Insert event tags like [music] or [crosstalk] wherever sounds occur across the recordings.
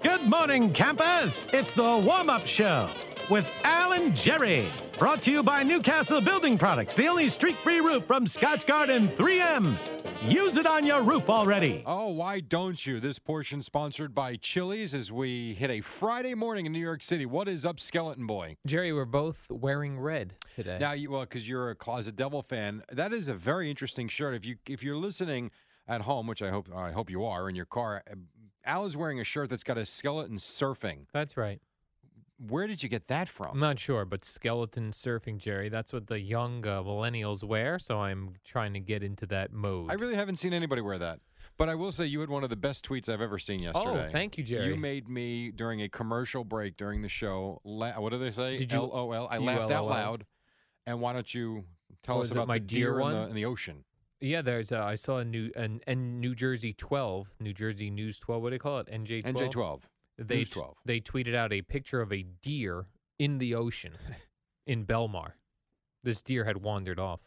Good morning, campers. It's the warm up show with Alan Jerry. Brought to you by Newcastle Building Products, the only streak free roof from Scotch Garden 3M. Use it on your roof already. Oh, why don't you? This portion sponsored by Chili's as we hit a Friday morning in New York City. What is up, Skeleton Boy? Jerry, we're both wearing red today. Now, you, well, because you're a Closet Devil fan, that is a very interesting shirt. If you if you're listening at home, which I hope I hope you are in your car, eh, Al is wearing a shirt that's got a skeleton surfing. That's right. Where did you get that I'm from? not sure, but skeleton surfing, Jerry. That's what the young uh, millennials wear. So I'm trying to get into that mode. I really haven't seen anybody wear that. But I will say you had one of the best tweets I've ever seen yesterday. Oh, thank you, Jerry. You made me during a commercial break during the show. La- what do they say? Did you- LOL. I laughed out ULOL. loud. And why don't you tell Oh, us is it about my the deer deer in the, one? in the ocean? yeah, there's. Uh, I saw a new and and New Jersey 12, New Jersey News 12. What do they call it? NJ 12. NJ12. They News t- 12. They tweeted out a picture of a deer in [laughs] the ocean in Belmar. This deer had wandered off,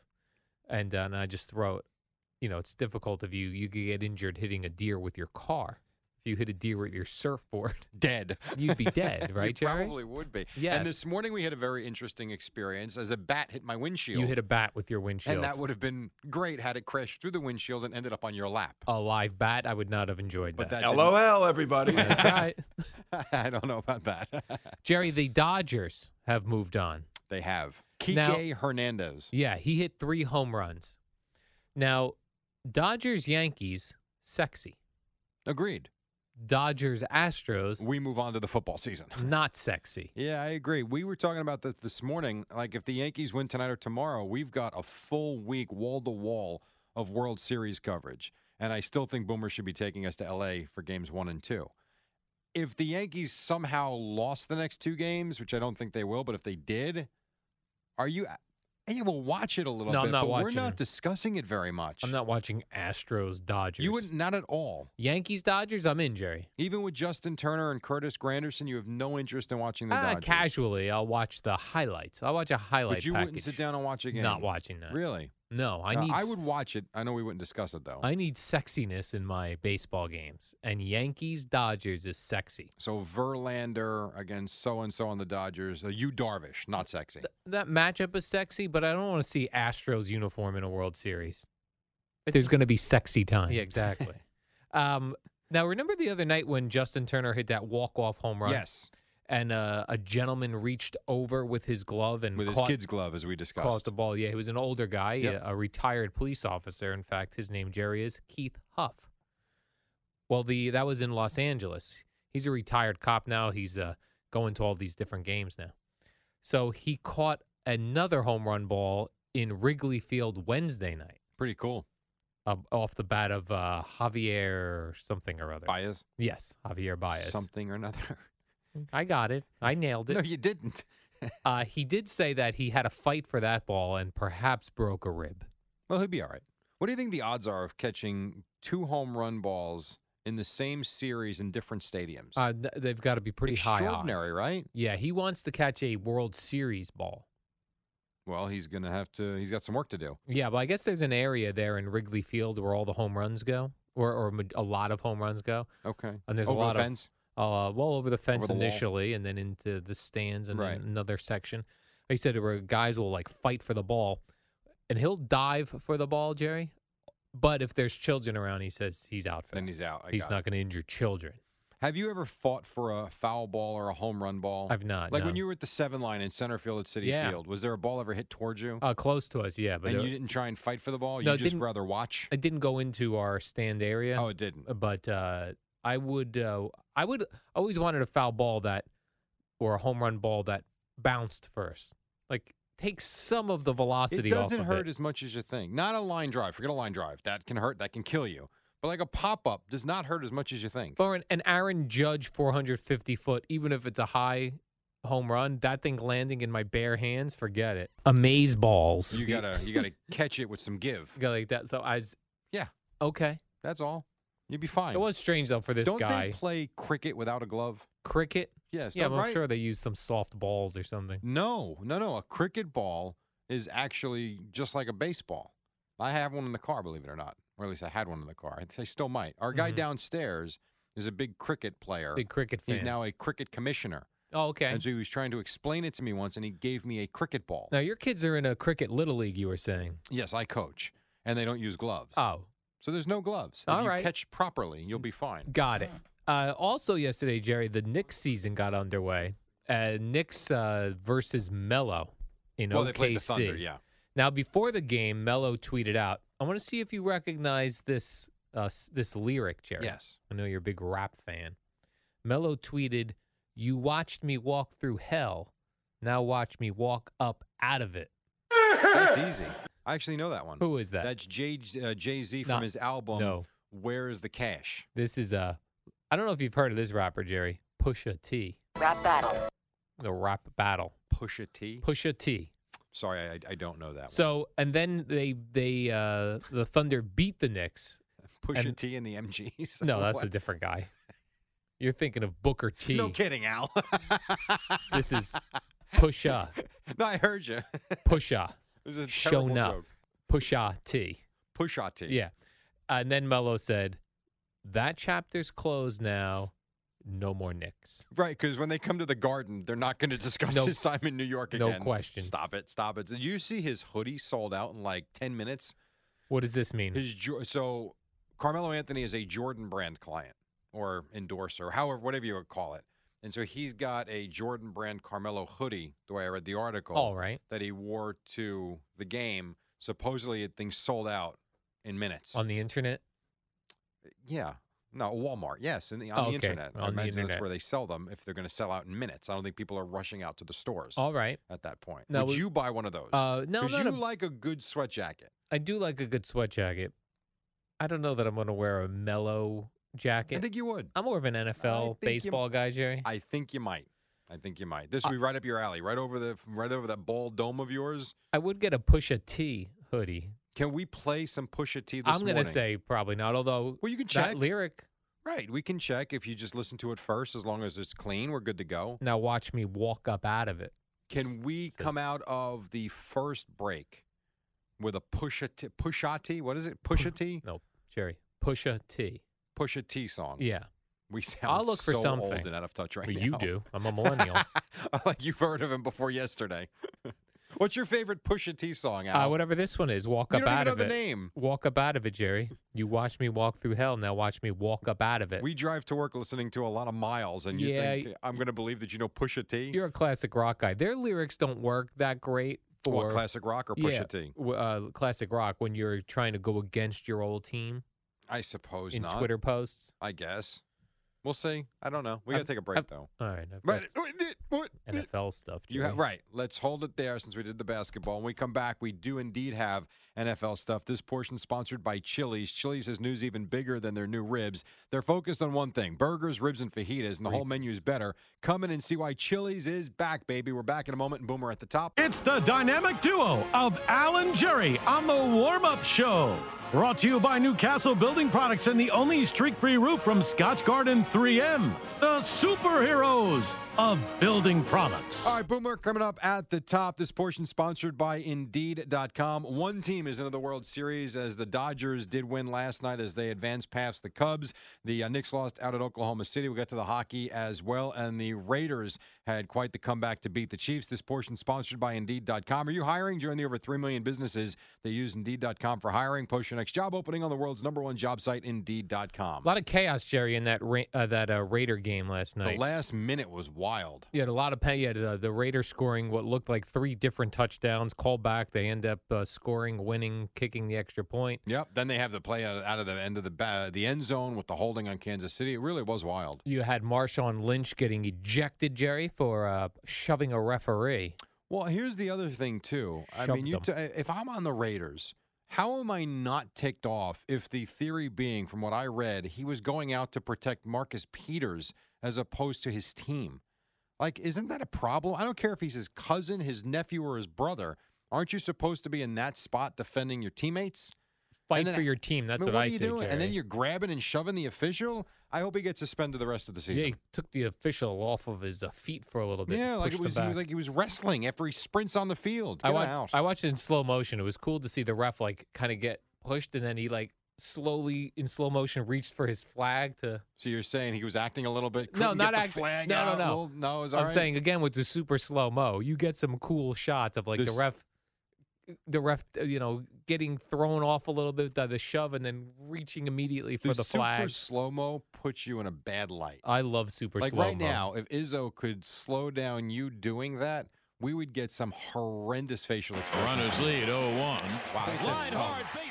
and, uh, and I just throw it. You know, it's difficult if you you could get injured hitting a deer with your car. If you hit a deer with your surfboard, [laughs] Dead. you'd be [laughs] dead, You right, Jerry? Probably would be. Yes. And this morning we had a very interesting experience as a bat hit my windshield. You hit a bat with your windshield. and that would have been great had it crashed through the windshield and ended up on your lap. a live bat. I would not have enjoyed But that. that LOL, everybody. [laughs] That's right. I don't know about that. [laughs] Jerry, the Dodgers have moved on. they have Kike Now- Hernandez. Yeah, he hit three home runs. Now, Dodgers Yankees, sexy. Agreed. Dodgers Astros, We move on to the football season. [laughs] not sexy. Yeah, I agree. We were talking about this this morning. Like, if the Yankees win tonight or tomorrow, we've got a full week wall to wall of World Series coverage. And I still think Boomer should be taking us to LA for games one and two. If the Yankees somehow lost the next two games, which I don't think they will, but if they did, are you. Hey, we'll watch it a little No, bit, I'm not but we're watching not it. discussing it very much. I'm not watching Astros Dodgers. You would not at all. Yankees Dodgers, I'm in, Jerry. Even with Justin Turner and Curtis Granderson, you have no interest in watching the ah, Dodgers. casually, I'll watch the highlights. I'll watch a highlight But you package. wouldn't sit down and watch a game. Not watching that. Really? No, I Uh, need I s- would watch it. I know we wouldn't discuss it though. I need sexiness in my baseball games, and Yankees Dodgers is sexy. so Verlander against so and so on the Dodgers. Uh, you Darvish, not sexy. That matchup is sexy, but I don't want to see Astros uniform in a World Series. It's There's just- going to be sexy time. Yeah, exactly. [laughs] um, now remember the other night when Justin Turner hit that walk-off home run? Yes, And uh, a gentleman reached over with his glove and with his caught, kid's glove, as we discussed. caught the ball. Yeah, he was an older guy, Yep. a, a retired police officer. In fact, his name Jerry is Keith Huff. Well, the that was in Los Angeles. He's a retired cop now. He's uh, going to all these different games now. So he caught another home run ball in Wrigley Field Wednesday night Pretty cool. uh, off the bat of uh, Javier something or other. Bias, Yes, Javier Baez. something or another. [laughs] I got it. I nailed it. no, you didn't. uh, he did say that he had a fight for that ball and perhaps broke a rib. Well, he'll be all right. What do you think the odds are of catching two home run balls in the same series in different stadiums? Uh, th- they've got to be pretty high odds. Extraordinary, right? Yeah, he wants to catch a World Series ball. Well, he's gonna have to. He's got some work to do. Yeah, but I guess there's an area there in Wrigley Field where all the home runs go, or, or ma- a lot of home runs go. Okay. And there's a Over the lot of- fence. Uh, well, over the fence the wall. initially, and then into the stands, and Right. then another section. Like you said, where guys will like fight for the ball, and he'll dive for the ball, Jerry. But if there's children around, he says he's out for Then that. he's out. I he's got it. not going to injure children. Have you ever fought for a foul ball or a home run ball? I've not, Oh. Like when no. you were at the seven line in center field at City Yeah. Field, was there a ball ever hit towards you? Uh, close to us, yeah, but and it, you didn't try and fight for the ball. No, you it just didn't- rather watch. it didn't go into our stand area. Oh, it didn't. but uh, I would, uh, I would I always wanted a foul ball that, or a home run ball that bounced first. Like take some of the It velocity. off doesn't of hurt it. as much as you think. Not a line drive. Forget a line drive. That can hurt. That can kill you. But like a pop up does not hurt as much as you think. For an, an Aaron Judge 450 foot, even if it's a high home run, that thing landing in my bare hands, forget it. Amaze balls. you gotta you [laughs] gotta catch it with some give. Go like that. So I was Yeah. okay. That's all. You'd be fine. It was strange though for this Don't guy. they play cricket without a glove? Cricket. Yes. yeah, not but I'm right? sure they use some soft balls or something. No, no, no. A cricket ball is actually just like a baseball. I have one in the car, believe it or not, or at least I had one in the car. I still might. Our guy Mhm. downstairs is a big cricket player. Big cricket fan. He's now a cricket commissioner, oh, okay. and so he was trying to explain it to me once, and he gave me a cricket ball. Now your kids are in a cricket little league. You were saying. Yes, I coach, and they don't use gloves. Oh, So there's no gloves. All if you right. catch properly, you'll be fine. got it. Uh, also yesterday, Jerry, the Knicks season got underway. Uh, Knicks uh, versus Mello in well, OKC. they played the Thunder, yeah. Now, before the game, Mello tweeted out, "I want to see if you recognize this uh, s- this lyric, Jerry. Yes. I know you're a big rap fan." Mello tweeted, "You watched me walk through hell. Now watch me walk up out of it." That's easy. I actually know that one. Who is that? That's Jay uh, Jay Z from Not- his album. no, Where is the cash? this is uh, I don't know if you've heard of this rapper, Jerry. Pusha T. Rap battle. The rap battle. Pusha T. Pusha T. Sorry, I, I don't know that one. So and then they they uh the Thunder beat [laughs] the Knicks. Pusha and- T and the [laughs] MGs. No, that's a What? different guy. You're thinking of Booker T. No kidding, Al. [laughs] This is Pusha no, I heard you. it Pusha was a terrible Shonuff joke. Pusha T. Pusha T. Yeah, and then Mello said that chapter's closed now. No more Knicks. Right, because when they come to the garden, they're not going to discuss No- his time in New York no again. questions. Stop it. Stop it. Did you see his hoodie sold out in like 10 minutes? What does this mean? His Jo- so Carmelo Anthony is a Jordan brand client or endorser, however, whatever you would call it. And so he's got a Jordan brand Carmelo hoodie, the way I read the article, All right, that he wore to the game. Supposedly, it things sold out in minutes. on the internet. yeah. No, Walmart. Yes, in the, on Oh, the okay, internet. I on the imagine internet. that's where they sell them if they're going to sell out in minutes. I don't think people are rushing out to the stores All right. at that point. Oh. Now, Would we- you buy one of those? Uh, no, 'Cause not you a- like a good sweat jacket. I do like a good sweat jacket. I don't know that I'm going to wear a mellow jacket. I think you would. I'm more of an NFL think you- baseball guy, Jerry. I think you might. I think you might. This will Uh, be right up your alley, right over the right over that bald dome of yours. I would get a Pusha T hoodie. Can we play some Pusha T this I'm gonna morning? say probably not. Although Well, you can that check. lyric. Right, we can check if you just listen to it first. As long as it's clean, we're good to go. Now watch me walk up out of it. Can we says- come out of the first break with a Pusha T? Pusha T? What is it? Pusha T? No, Jerry. Pusha T. Pusha T song. Yeah, We sound I'll look for so something. old and out of touch right Well, now. you do. I'm a [laughs] millennial. like you've heard of him before yesterday. [laughs] What's your favorite Pusha T song? uh, Al? whatever this one is, walk You up don't even out know of the it. name. Walk up out of it, Jerry. You watch me walk through hell. Now watch me walk up out of it. We drive to work listening to a lot of miles, and you Yeah, think I'm going to believe that you know Pusha T? You're a classic rock guy. Their lyrics don't work that great for what Oh, classic rock or Pusha yeah, T? w- uh, classic rock when you're trying to go against your old team I suppose in not. Twitter posts. I guess. We'll see. I don't know. We I'm- got to take a break I'm- though. All right, I've Right. got NFL stuff. You Jerry. have, right. Let's hold it there since we did the basketball. When we come back, we do indeed have NFL stuff. This portion sponsored by Chili's. Chili's has news even bigger than their new ribs. They're focused on one thing: burgers, ribs, and fajitas, and the whole menu is better. Come in and see why Chili's is back, baby. We're back in a moment. And Boomer at the top. It's the dynamic duo of Alan Jerry on the warm up show. Brought to you by Newcastle Building Products and the only streak free roof from Scotch Garden 3M, the superheroes of building products. All right, Boomer, coming up at the top. This portion sponsored by Indeed.com. One team is into the World Series as the Dodgers did win last night as they advanced past the Cubs. The uh, Knicks lost out at Oklahoma City. We got to the hockey as well, and the Raiders had quite the comeback to beat the Chiefs. This portion sponsored by Indeed.com. Are you hiring? Join the over 3 million businesses that use Indeed.com for hiring. Post your next job opening on the world's number one job site, Indeed.com. A lot of chaos, Jerry, in that Ra- uh, that uh, Raider game last The night. last minute was wild. you had a lot of pen. You had uh, the Raiders scoring what looked like three different touchdowns, called back. They end up uh, scoring, winning, kicking the extra point. Yep. Then they have the play out, out of the end of the ba- the end zone with the holding on Kansas City. It really was wild. You had Marshawn Lynch getting ejected, Jerry, for uh, shoving a referee. Well, here's the other thing too. I Shoved mean, you eh, them. t- if I'm on the Raiders, How am I not ticked off if the theory being, from what I read, he was going out to protect Marcus Peters as opposed to his team? Like, isn't that a problem? I don't care if he's his cousin, his nephew, or his brother. Aren't you supposed to be in that spot defending your teammates? Fight And then- for your team. That's I mean, what, what I are you say, doing? And then Jerry. you're grabbing and shoving the official. I hope he gets suspended the rest of the yeah, season. he took the official off of his uh, feet for a little bit. Yeah, like it pushed him was, he was back. like he was wrestling after he sprints on the field. Get I, him wa- out. I watched it in slow motion. It was cool to see the ref like kind of get pushed, and then he like slowly in slow motion reached for his flag to. so you're saying he was acting a little bit? No, couldn't get not the act- Flag no, no, out, no. little- no. Is I'm saying again with the super slow mo, you get some cool shots of like the This- ref, the ref, uh, you know, getting thrown off a little bit by the shove, and then reaching immediately for the, flag. slow mo puts you in a bad light. I love super like slow right now, if Izzo could slow down you doing that, we would get some horrendous facial expressions. Runners lead 0 1. Wow, he said, Line "Oh." hard base